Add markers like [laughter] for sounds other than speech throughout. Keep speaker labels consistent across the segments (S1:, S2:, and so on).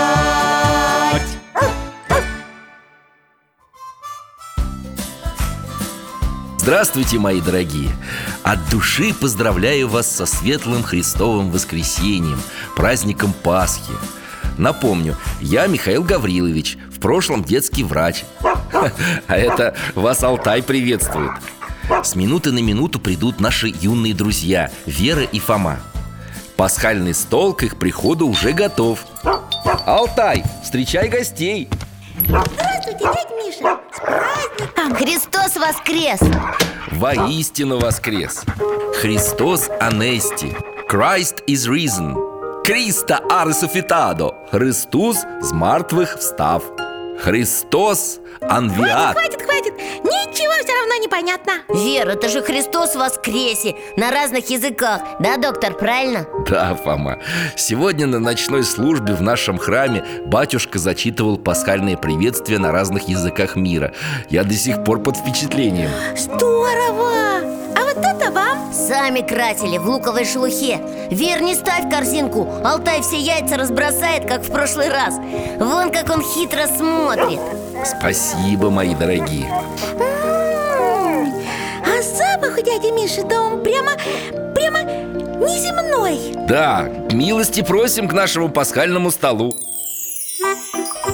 S1: Здравствуйте, мои дорогие! От души поздравляю вас со светлым Христовым воскресением, праздником Пасхи. Напомню, я Михаил Гаврилович, в прошлом детский врач. [laughs] А это вас Алтай приветствует. С минуты на минуту придут наши юные друзья Вера и Фома. Пасхальный стол к их приходу уже готов. Алтай, встречай гостей!
S2: Здравствуйте, дядь Миша С праздником!
S3: Христос воскрес!
S1: Воистину воскрес Христос Анести Christ is risen Криста аресуфитадо Христос с мертвых встав Христос анвиат
S2: Хватит, хватит! Ничего все равно не понятно
S3: Вера, это же Христос воскресе На разных языках Да, доктор, правильно?
S1: Да, Фома Сегодня на ночной службе в нашем храме Батюшка зачитывал пасхальные приветствия на разных языках мира Я до сих пор под впечатлением
S2: Здорово! А вот это вам!
S3: Сами красили в луковой шелухе Вер, не ставь корзинку Алтай все яйца разбросает, как в прошлый раз Вон как он хитро смотрит
S1: Спасибо, мои дорогие
S2: М, А запах у дяди Миши дом прямо, прямо неземной
S1: Да, милости просим к нашему пасхальному столу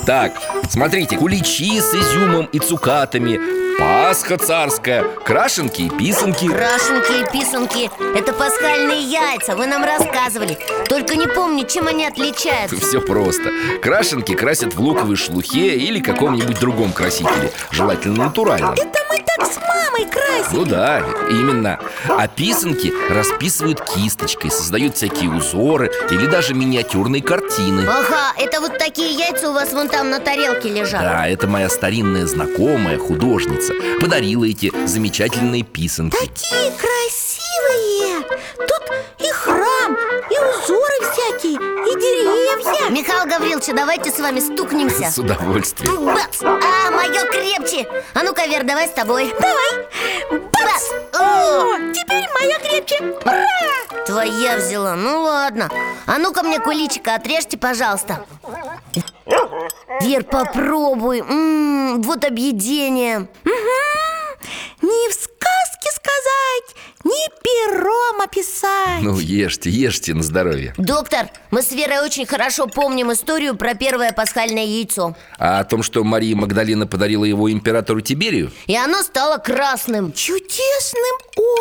S1: Так, смотрите, куличи с изюмом и цукатами Пасха царская, крашенки и писанки
S3: Крашенки и писанки – это пасхальные яйца, вы нам рассказывали Только не помню, чем они отличаются
S1: все просто Крашенки красят в луковой шелухе или каком-нибудь другом красителе Желательно натуральном
S2: Это мы так с мамой красим
S1: Ну да, именно А писанки расписывают кисточкой Создают всякие узоры или даже миниатюрные картины
S3: Ага, это вот такие яйца у вас вон там на тарелке лежат
S1: Да, это моя старинная знакомая, художница Подарила эти замечательные писанки
S2: Такие красивые! Тут и храм, и узоры всякие, и деревья
S3: Михаил Гаврилович, давайте с вами стукнемся
S1: С удовольствием
S3: Бац! А, мое крепче! А ну-ка, Вер, давай с тобой
S2: Давай!
S3: Бац!
S2: Бац!
S3: О!
S2: О, теперь моя крепче! Ура!
S3: Твоя взяла, ну ладно А ну-ка мне куличика отрежьте, пожалуйста Вер, попробуй М, Вот объедение
S2: Не в сказке сказать, не пером описать
S1: Ну, ешьте, ешьте на здоровье
S3: Доктор, мы с Верой очень хорошо помним историю про первое пасхальное яйцо
S1: А о том, что Мария Магдалина подарила его императору Тиберию
S3: И оно стало красным
S2: Чудесным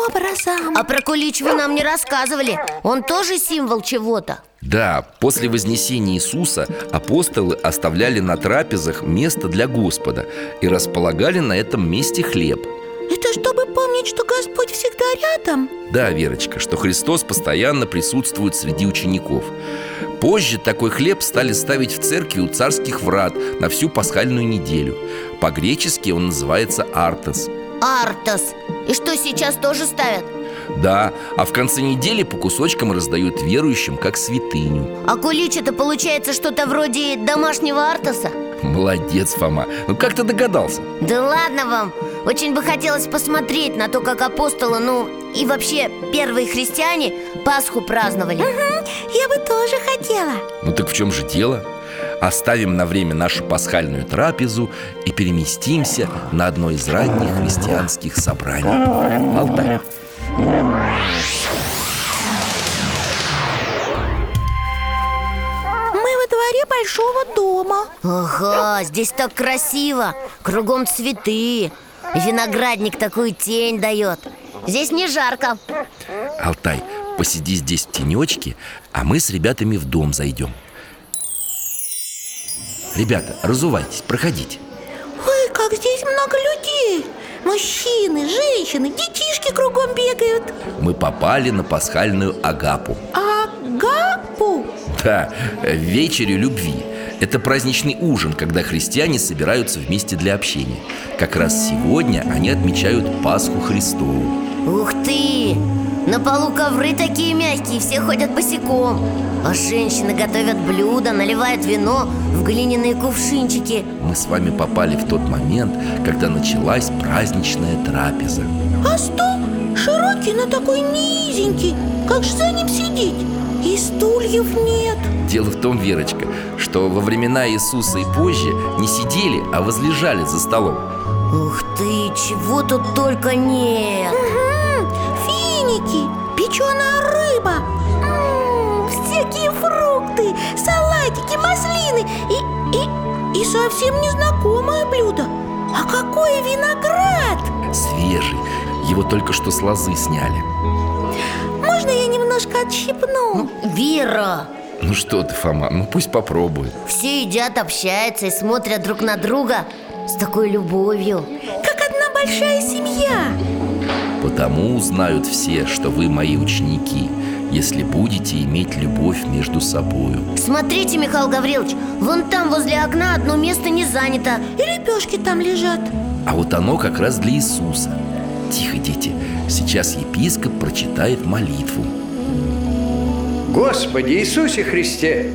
S2: образом
S3: А про кулич вы нам не рассказывали Он тоже символ чего-то
S1: Да, после вознесения Иисуса апостолы оставляли на трапезах место для Господа И располагали на этом месте хлеб
S2: Это чтобы помнить, что Господь всегда рядом
S1: Да, Верочка, что Христос постоянно присутствует среди учеников. Позже такой хлеб стали ставить в церкви у царских врат на всю пасхальную неделю. По-гречески он называется артес.
S3: Артас И что, сейчас тоже ставят?
S1: Да, а в конце недели по кусочкам раздают верующим как святыню.
S3: А кулич это получается что-то вроде домашнего артаса?
S1: Молодец, Фома. Ну как ты догадался?
S3: Да ладно вам! Очень бы хотелось посмотреть на то, как апостолы, ну и вообще первые христиане Пасху праздновали
S2: Я бы тоже хотела
S1: Ну так в чем же дело? Оставим на время нашу пасхальную трапезу и переместимся на одно из ранних христианских собраний. Алтай.
S2: Мы во дворе большого дома
S3: Ага, здесь так красиво Кругом цветы И Виноградник такую тень дает Здесь не жарко
S1: Алтай, посиди здесь в тенечке, а мы с ребятами в дом зайдем. Ребята, разувайтесь, проходите.
S2: Ой, как здесь много людей Мужчины, женщины, детишки кругом бегают А
S1: Мы попали на пасхальную агапу.
S2: Агапу
S1: Да, э, вечерю любви. Это праздничный ужин, когда христиане собираются вместе для общения. Как раз сегодня они отмечают Пасху Христову.
S3: Ух ты! На полу ковры такие мягкие, все ходят босиком А женщины готовят блюда, наливают вино в глиняные кувшинчики
S1: Мы с вами попали в тот момент, когда началась праздничная трапеза.
S2: А стол широкий, но такой низенький Как же за ним сидеть? И стульев нет
S1: Дело в том, Верочка, что во времена Иисуса и позже не сидели, а возлежали за столом.
S3: Ух ты, чего тут только нет
S2: Мгм, Финики, печеная рыба М, Всякие фрукты, салатики, маслины И, и, и совсем незнакомое блюдо А какой виноград!
S1: Свежий. Его только что с лозы сняли.
S2: Можно я немножко отщипну?
S3: Вера,
S1: Ну что ты, Фома, ну пусть попробует.
S3: все едят, общаются и смотрят друг на друга с такой любовью
S2: Как одна большая семья
S1: Потому узнают все, что вы мои ученики, если будете иметь любовь между собою.
S3: Смотрите, Михаил Гаврилович, вон там возле окна одно место не занято
S2: И лепешки там лежат
S1: А вот оно как раз для Иисуса. Тихо, дети, сейчас епископ прочитает молитву.
S4: Господи Иисусе Христе,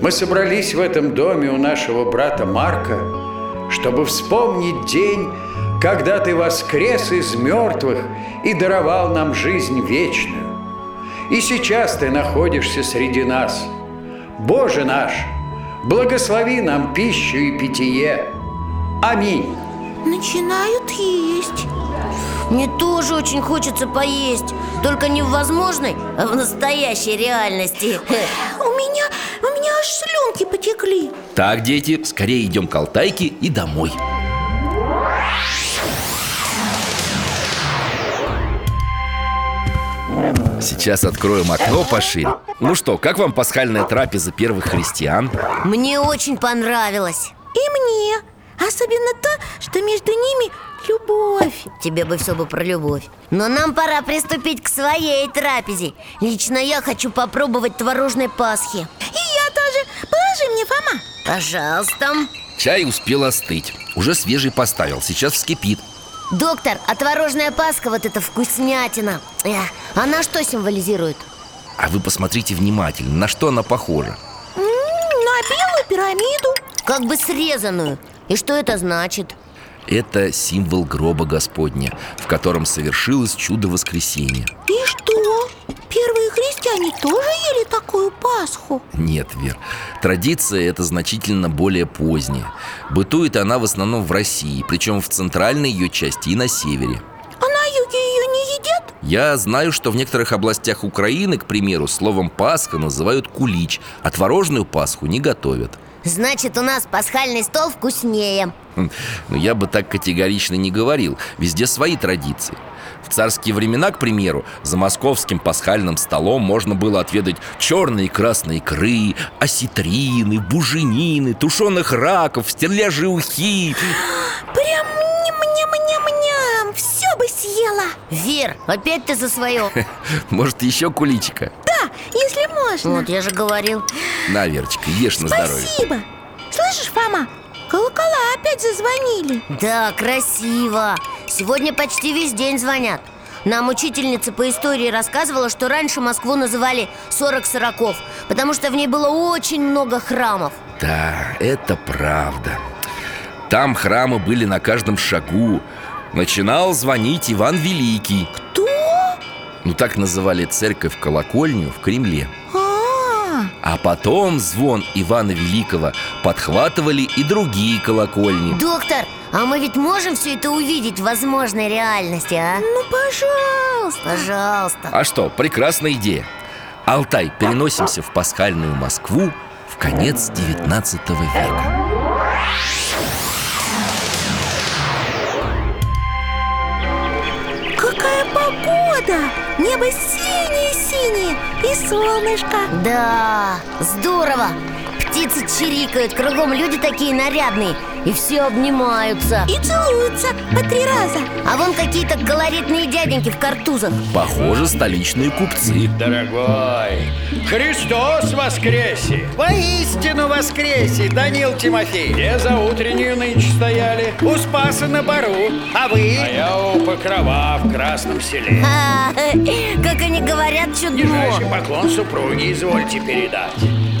S4: мы собрались в этом доме у нашего брата Марка, чтобы вспомнить день, когда Ты воскрес из мертвых и даровал нам жизнь вечную. И сейчас Ты находишься среди нас. Боже наш, благослови нам пищу и питье. Аминь.
S2: Начинают есть
S3: Мне тоже очень хочется поесть Только не в возможной, а в настоящей реальности [laughs]
S2: У меня, у меня аж слюнки потекли
S1: Так, дети, скорее идем к Алтайке и домой. Сейчас откроем окно пошире. Ну что, как вам пасхальная трапеза первых христиан?
S3: Мне очень понравилось
S2: И мне Особенно то, что между ними любовь
S3: Тебе бы все бы про любовь Но нам пора приступить к своей трапезе Лично я хочу попробовать творожной пасхи
S2: И я тоже. Положи мне, Фома.
S3: Пожалуйста
S1: Чай успел остыть. Уже свежий поставил, сейчас вскипит.
S3: Доктор, а творожная пасха вот это вкуснятина Эх, Она что символизирует?
S1: А вы посмотрите внимательно, на что она похожа.
S2: М, На белую пирамиду.
S3: Как бы срезанную И что это значит?
S1: Это символ гроба Господня, в котором совершилось чудо воскресения.
S2: И что? Первые христиане тоже ели такую Пасху?
S1: Нет, Вер. Традиция эта значительно более поздняя. Бытует она в основном в России, причем в центральной ее части и на севере.
S2: А на юге ее не едят?
S1: Я знаю, что в некоторых областях Украины, к примеру, словом «пасха» называют «кулич», а творожную пасху не готовят.
S3: Значит, у нас пасхальный стол вкуснее
S1: Хм, Но я бы так категорично не говорил. Везде свои традиции. В царские времена, к примеру, за московским пасхальным столом можно было отведать черные и красные икры, осетрины, буженины, тушеных раков, стерляжьи ухи.
S2: Прям ням-ням-ням-ням. Все бы съела.
S3: Вер, опять ты за свое
S1: Может, еще куличика?
S2: Да, если можно.
S3: Вот, я же говорил
S1: На, Верочка, ешь на здоровье.
S2: Спасибо. Слышишь, Фома? Колокола опять зазвонили.
S3: Да, красиво Сегодня почти весь день звонят нам учительница по истории рассказывала, что раньше Москву называли 40 сороков Потому что в ней было очень много храмов
S1: Да, это правда. Там храмы были на каждом шагу. Начинал звонить Иван Великий.
S2: То?
S1: Ну, так называли церковь-колокольню в Кремле.
S2: А,
S1: А потом звон Ивана Великого подхватывали и другие колокольни.
S3: Доктор, а мы ведь можем все это увидеть в возможной реальности, а?
S2: ну пожалуйста.
S3: Пожалуйста
S1: А что, прекрасная идея. Алтай, переносимся в пасхальную Москву в Конец 19 века.
S2: Какая погода! Небо синее-синее и солнышко
S3: Да, здорово! Птицы чирикают, кругом люди такие нарядные И все обнимаются
S2: И целуются по три раза
S3: А вон какие-то колоритные дяденьки в картузах [laughs]
S1: Похоже, столичные купцы.
S4: Дорогой, Христос воскресе!
S5: Воистину воскресе, Данил Тимофеевич
S4: Где за утреннюю нынче стояли?
S5: У Спаса на Бару, а вы?
S4: А я у Покрова в Красном селе
S3: А, Как они говорят,
S4: Нижайший
S3: чудно
S4: поклон супруге извольте передать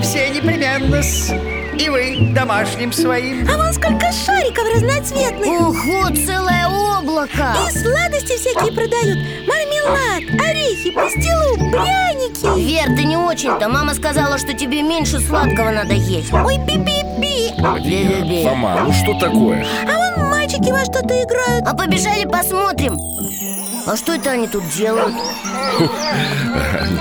S5: Все непременно с... И вы домашним своим
S2: А вон сколько шариков разноцветных
S3: Ого, целое облако
S2: И сладости всякие продают Мармелад, орехи, пастилу, пряники
S3: Вер, ты не очень-то Мама сказала, что тебе меньше сладкого надо есть
S2: Ой, би-би-би
S3: Би-би-би.
S1: Фома, ну что такое? [laughs]
S2: А вон мальчики во что-то играют
S3: А побежали посмотрим А что это они тут делают?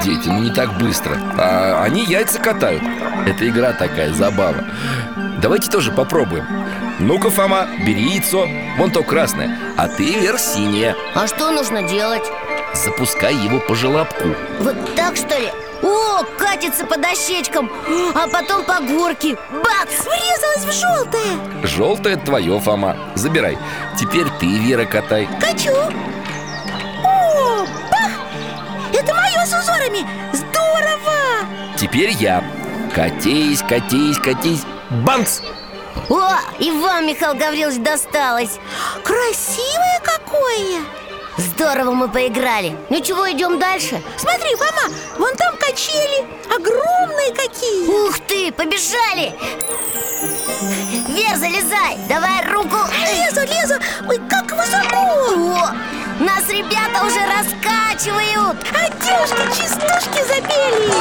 S1: Дети, ну не так быстро А они яйца катают Это игра такая, забава Давайте тоже попробуем Ну-ка, Фома, бери яйцо Вон то красное, а ты вверх синее
S3: А что нужно делать?
S1: Запускай его по желобку
S3: Вот так что ли? О, катится по дощечкам, а потом по горке Бац!
S2: Врезалась в желтое
S1: Желтое твое, Фома Забирай Теперь ты, Вера, катай
S2: Качу О, бах! Это мое с узорами Здорово!
S1: Теперь я Катись, катись, катись Бамс!
S3: О, и вам, Михаил Гаврилович, досталось
S2: Красивое какое!
S3: Здорово мы поиграли Ну чего, идем дальше?
S2: Смотри, мама, вон там качели Огромные какие
S3: Ух ты, побежали! Вер, залезай! Давай руку!
S2: Лезу, лезу, ой, как высоко
S3: О, нас ребята уже раскачивают!
S2: А Одежки, чистушки запели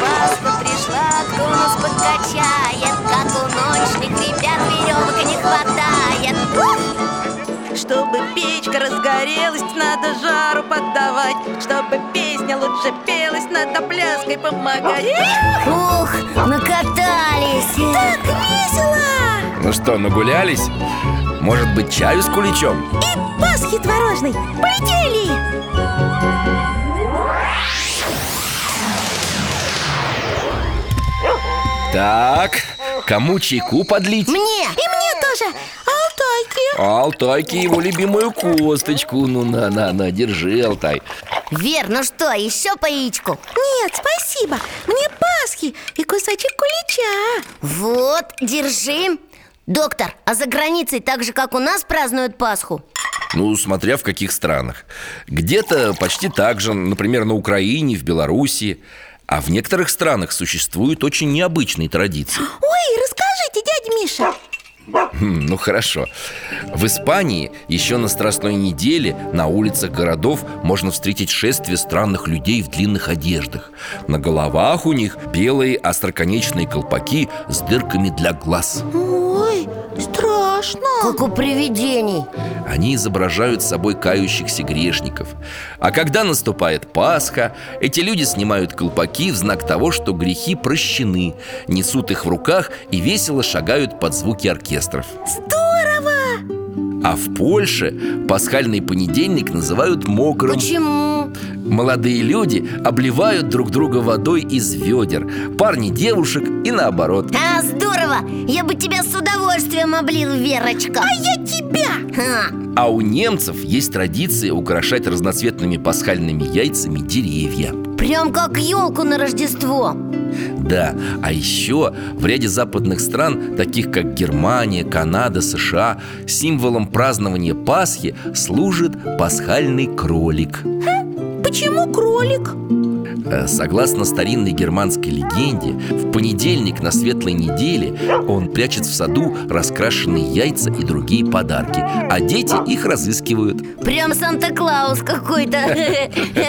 S3: Пасха пришла, кто нас подкачает Как у ночных ребят веревок не хватает
S6: Чтобы печка разгорелась, надо жару поддавать Чтобы песня лучше пелась, надо пляской помогать
S3: Ух, накатались
S2: Так весело
S1: Ну что, нагулялись? Может быть, чаю с куличом?
S2: И Пасхи творожной Полетели!
S1: Так, кому чайку подлить?
S3: Мне!
S2: И мне тоже Алтайки
S1: А Алтайке его любимую косточку Ну на-на-на, держи, Алтай
S3: Вер, ну что, еще по яичку?
S2: Нет, спасибо Мне Пасхи и кусочек кулича
S3: Вот, держи Доктор, а за границей так же, как у нас, празднуют Пасху?
S1: Ну, смотря в каких странах Где-то почти так же, например, на Украине, в Белоруссии А в некоторых странах существуют очень необычные традиции
S2: Ой, расскажите, дядя Миша
S1: Хм, Ну хорошо В Испании еще на Страстной неделе на улицах городов можно встретить шествие странных людей в длинных одеждах На головах у них белые остроконечные колпаки с дырками для глаз
S2: Ой, страшно
S3: Как у привидений
S1: Они изображают собой кающихся грешников. А когда наступает Пасха, эти люди снимают колпаки в знак того, что грехи прощены, несут их в руках и весело шагают под звуки оркестров. Здорово! А в Польше пасхальный понедельник называют мокрым.
S3: Почему?
S1: Молодые люди обливают друг друга водой из ведер, парни девушек и наоборот.
S3: А, здорово! Я бы тебя с удовольствием облил, Верочка А я тебя!
S1: А у немцев есть традиция украшать разноцветными пасхальными яйцами деревья.
S3: прям как елку на Рождество
S1: Да, а еще в ряде западных стран, таких как Германия, Канада, США, символом празднования Пасхи служит пасхальный кролик.
S2: Почему кролик?
S1: Э, Согласно старинной германской легенде, в понедельник на светлой неделе он прячет в саду раскрашенные яйца и другие подарки, а дети их разыскивают.
S3: Прям Санта-Клаус какой-то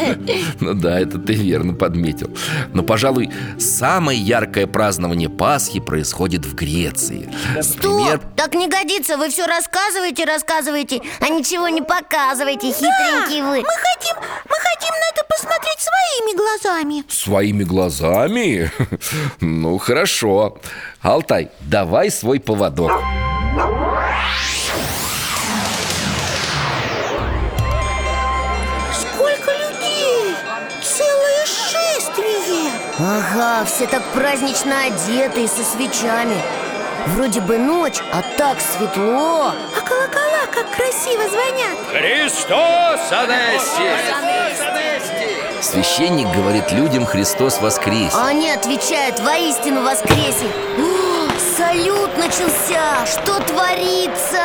S3: [laughs]
S1: Ну да, это ты верно подметил. Но, пожалуй, самое яркое празднование Пасхи происходит в Греции. Например,
S3: Стоп! Так не годится, вы все рассказываете, рассказываете, а ничего не показываете, хитренькие вы
S2: Мы хотим, мы хотим на это посмотреть своими своими глазами
S1: Своими глазами? [laughs] Ну, хорошо. Алтай, давай свой поводок.
S2: Сколько людей! Целое шествие!
S3: Ага, все так празднично одеты и со свечами Вроде бы ночь, а так светло
S2: А колокола как красиво звонят!
S4: Христос Анессис!
S1: Священник говорит людям «Христос воскрес».
S3: А они отвечают, воистину воскресит О, Салют начался, что творится?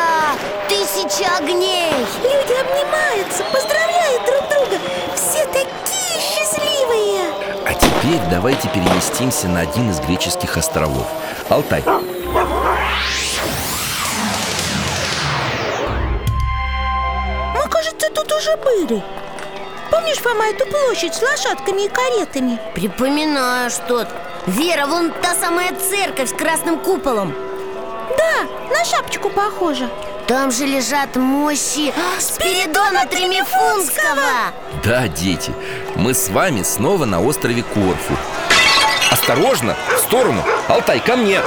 S3: Тысяча огней
S2: Люди обнимаются, поздравляют друг друга! Все такие счастливые!
S1: А теперь давайте переместимся на один из греческих островов. Алтай,
S2: Мы, кажется, тут уже были Помнишь, Фома, эту площадь с лошадками и каретами?
S3: Припоминаю что-то Вера, вон та самая церковь с красным куполом
S2: Да, на шапочку похоже
S3: Там же лежат мощи Спиридона Тремифунского
S1: да, дети, мы с вами снова на острове Корфу. Осторожно, в сторону. Алтай, ко мне.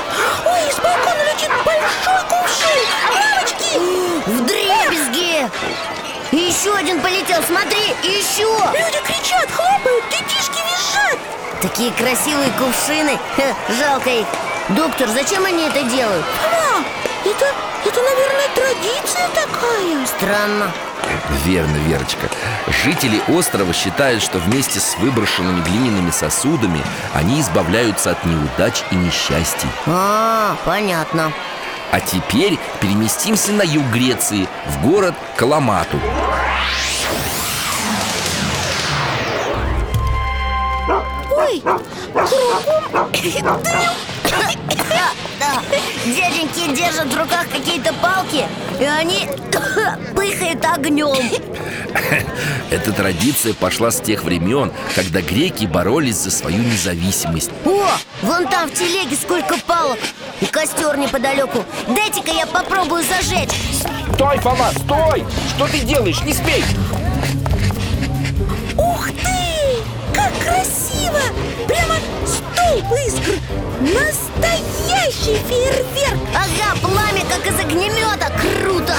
S2: Ой, из балкона летит большой кувшин! Мамочки!
S3: В дребезги И еще один полетел, смотри, и еще
S2: Люди кричат, хлопают, детишки визжат!
S3: Такие красивые кувшины [laughs] Хе, Жалко их Доктор, зачем они это делают?
S2: Фома, это, это, наверное, традиция такая
S3: Странно
S1: Верно, Верочка. Жители острова считают, что вместе с выброшенными глиняными сосудами они избавляются от неудач и несчастий.
S3: А, понятно
S1: А теперь переместимся на юг Греции, в город Каламату.
S2: Ой, кругом
S3: Да, да. Дяденьки держат в руках какие-то палки И они [coughs] пыхают огнем
S1: Эта традиция пошла с тех времен, когда греки боролись за свою независимость.
S3: О, вон там в телеге сколько палок И костер неподалеку Дайте-ка я попробую зажечь
S7: Стой, Фома, стой! Что ты делаешь? Не смей!
S2: Ух ты! Как красиво! Прямо столб искр! Настоящий фейерверк!
S3: Ага, пламя как из огнемета, круто!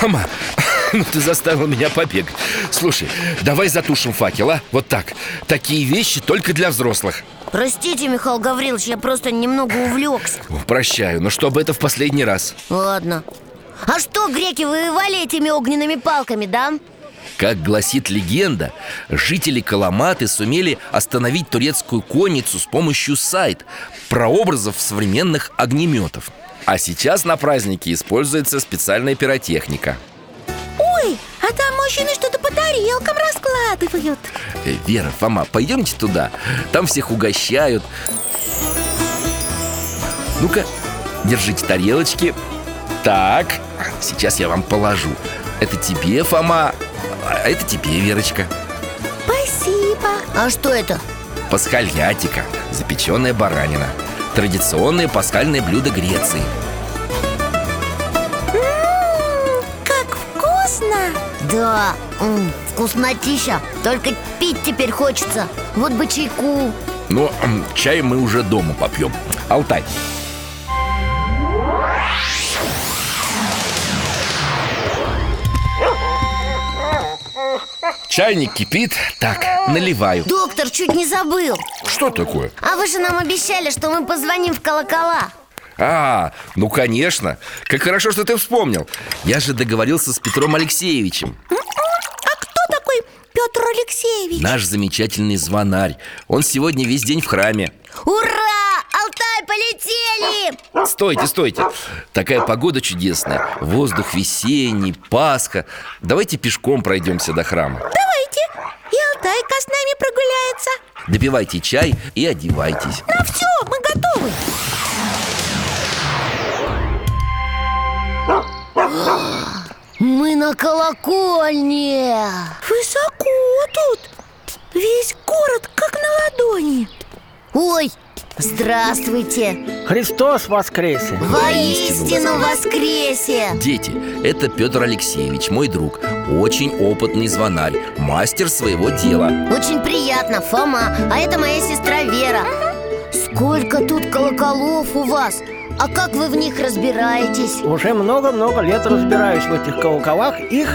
S1: Фома, ну ты заставил меня побегать. Слушай, давай затушим факел, а? Вот так. Такие вещи только для взрослых.
S3: Простите, Михаил Гаврилович, я просто немного увлекся
S1: О, Прощаю, но чтобы это в последний раз.
S3: Ладно А что, греки воевали этими огненными палками, да?
S1: Как гласит легенда, жители Каламаты сумели остановить турецкую конницу с помощью сайт, прообразов современных огнеметов. А сейчас на празднике используется специальная пиротехника.
S2: Ой, а там мужчины что-то по тарелкам раскладывают
S1: Э, Вера, Фома, пойдемте туда. Там всех угощают. Ну-ка, держите тарелочки. Так, сейчас я вам положу. Это тебе, Фома, а это тебе, Верочка.
S2: Спасибо
S3: А что это?
S1: Пасхальятика, запеченная баранина. Традиционное пасхальное блюдо Греции.
S2: М, Как вкусно!
S3: Да, м, вкуснотища Только пить теперь хочется Вот бы чайку
S1: Но Ну, м, чай мы уже дома попьем. Алтай, чайник кипит. Так, наливаю.
S3: Доктор, чуть не забыл
S1: Что такое?
S3: А вы же нам обещали, что мы позвоним в колокола
S1: А, ну конечно. Как хорошо, что ты вспомнил. Я же договорился с Петром Алексеевичем.
S2: М, м, А кто такой Петр Алексеевич?
S1: Наш замечательный звонарь. Он сегодня весь день в храме.
S3: Ура! Алтай, полетели!
S1: Стойте, стойте. Такая погода чудесная. Воздух весенний, Пасха. Давайте пешком пройдемся до храма.
S2: Давайте, и Алтайка с нами прогуляется
S1: Допивайте чай и одевайтесь.
S2: А все, мы готовы
S3: Мы на колокольне
S2: Высоко тут Весь город как на ладони
S3: Ой, Здравствуйте!
S8: Христос воскресе!
S3: Воистину воскресе!
S1: Дети, это Петр Алексеевич, мой друг Очень опытный звонарь, мастер своего дела
S3: Очень приятно, Фома, а это моя сестра Вера Сколько тут колоколов у вас! А как вы в них разбираетесь?
S8: Уже много-много лет разбираюсь в этих колоколах Их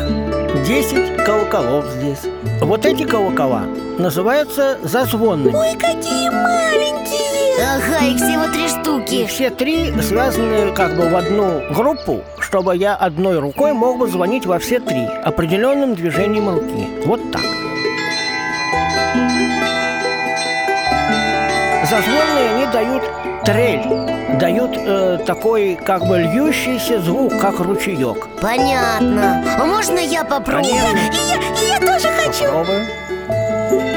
S8: 10 колоколов здесь Вот эти колокола называются зазвонными
S2: Ой, какие маленькие!
S3: Ага, их всего три
S8: И
S3: штуки
S8: все три связаны как бы в одну группу Чтобы я одной рукой мог бы звонить во все три Определенным движением руки Вот так Зазвонные они дают трель Дают э, такой как бы льющийся звук, как ручеек
S3: Понятно А можно я попробую?
S2: И я, и я тоже хочу!
S8: Попробуем.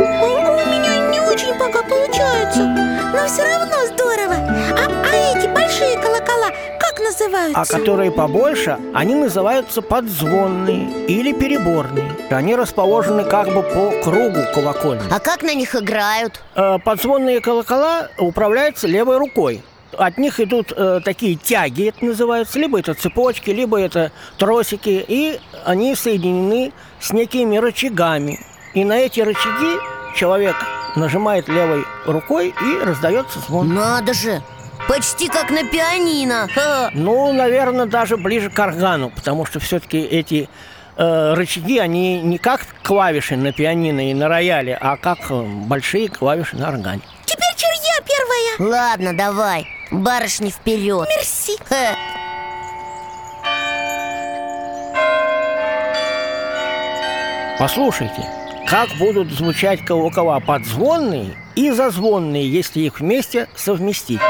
S2: У, у меня не очень пока получается, но все равно здорово. А, а эти большие колокола как
S8: А
S2: называются?
S8: которые побольше, они называются подзвонные или переборные. Они расположены как бы по кругу колокольни.
S3: А как на них играют?
S8: Э, Подзвонные колокола управляются левой рукой. От них идут э, такие тяги, это называется, либо это цепочки, либо это тросики, и они соединены с некими рычагами. И на эти рычаги человек нажимает левой рукой и раздается звон.
S3: Надо же! Почти как на пианино Ха.
S8: Ну, наверное, даже ближе к органу, потому что все-таки эти э, рычаги, они не как клавиши на пианино и на рояле, а как э, большие клавиши на органе.
S2: Теперь чур я первая.
S3: Ладно, давай, барышни вперед
S2: Мерси.
S3: Ха.
S8: Послушайте, как будут звучать колокола подзвонные и зазвонные, если их вместе совместить.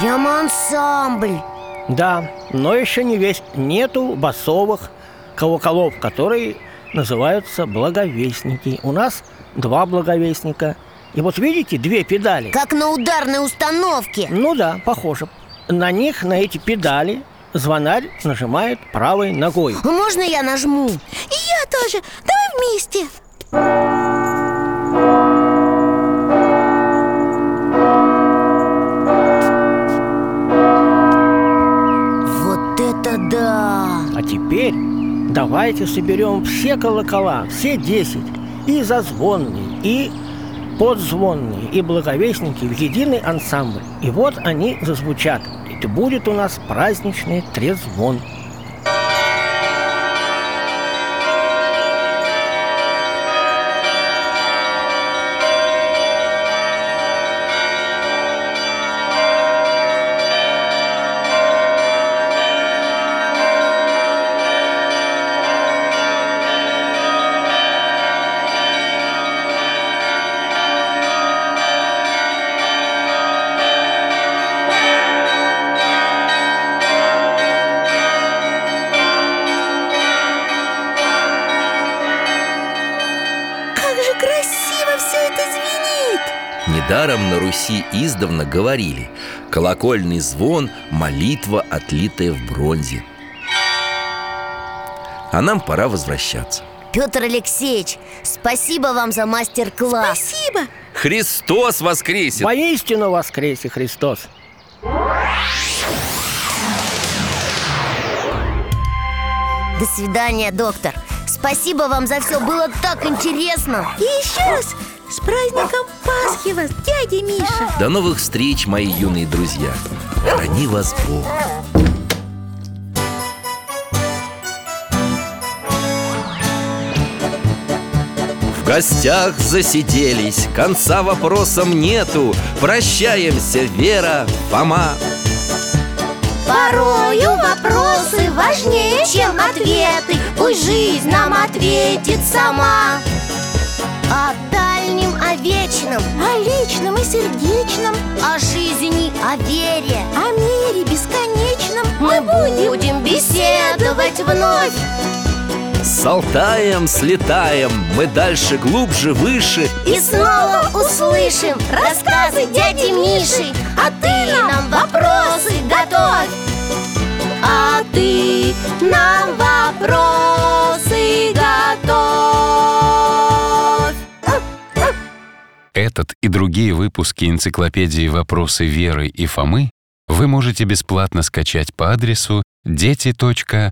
S3: Прямо ансамбль
S8: Да, но еще не весь нету басовых колоколов, которые называются благовестники. У нас два благовестника. И вот видите, две педали.
S3: Как на ударной установке
S8: Ну да, похоже. На них, на эти педали, звонарь нажимает правой ногой.
S3: А Можно я нажму?
S2: И я тоже. Давай вместе.
S3: Вот это да!
S8: А теперь давайте соберем все колокола, все 10, и зазвонные, и подзвонные, и благовестники в единый ансамбль. И вот они зазвучат. Это будет у нас праздничный трезвон.
S2: Как же красиво все это звенит.
S1: Недаром на Руси издавна говорили Колокольный звон – молитва, отлитая в бронзе А нам пора возвращаться
S3: Петр Алексеевич, спасибо вам за мастер-класс
S2: Спасибо.
S1: Христос воскресит!
S8: Воистину воскресе Христос!
S3: До свидания, доктор Спасибо вам за все, было так интересно
S2: И еще раз с праздником Пасхи вас, дядя Миша.
S1: До новых встреч, мои юные друзья Храни вас Бог В гостях засиделись, конца вопросам нету Прощаемся, Вера, Фома
S3: Порою вопросы важнее, чем ответы Пусть жизнь нам ответит сама О дальнем, о вечном,
S2: О личном и сердечном,
S3: о жизни, о вере
S2: о мире бесконечном
S3: Мы будем беседовать вновь
S1: С Алтаем слетаем, мы дальше, глубже, выше
S3: И снова услышим рассказы дяди Миши А ты нам вопросы готовь А ты нам вопросы готовь.
S9: Этот и другие выпуски энциклопедии «Вопросы Веры и Фомы» вы можете бесплатно скачать по адресу дети.радиовера.ру.